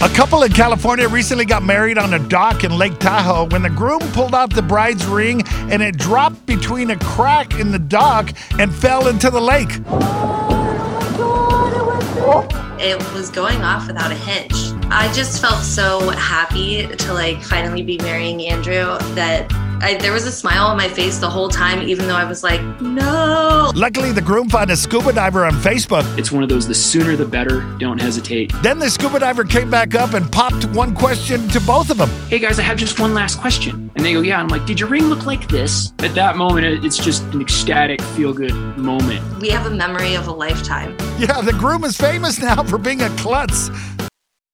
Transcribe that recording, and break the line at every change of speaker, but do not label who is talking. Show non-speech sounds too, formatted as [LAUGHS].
A couple in California recently got married on a dock in Lake Tahoe when the groom pulled out the bride's ring and it dropped between a crack in the dock and fell into the lake.
It was going off without a hitch. I just felt so happy to like finally be marrying Andrew that I, there was a smile on my face the whole time, even though I was like, no.
Luckily, the groom found a scuba diver on Facebook.
It's one of those the sooner the better, don't hesitate.
Then the scuba diver came back up and popped one question to both of them.
Hey guys, I have just one last question. And they go, Yeah. And I'm like, Did your ring look like this? At that moment, it- it's just an ecstatic, feel good moment.
We have a memory of a lifetime.
[LAUGHS] Yeah, the groom is famous now for being a klutz.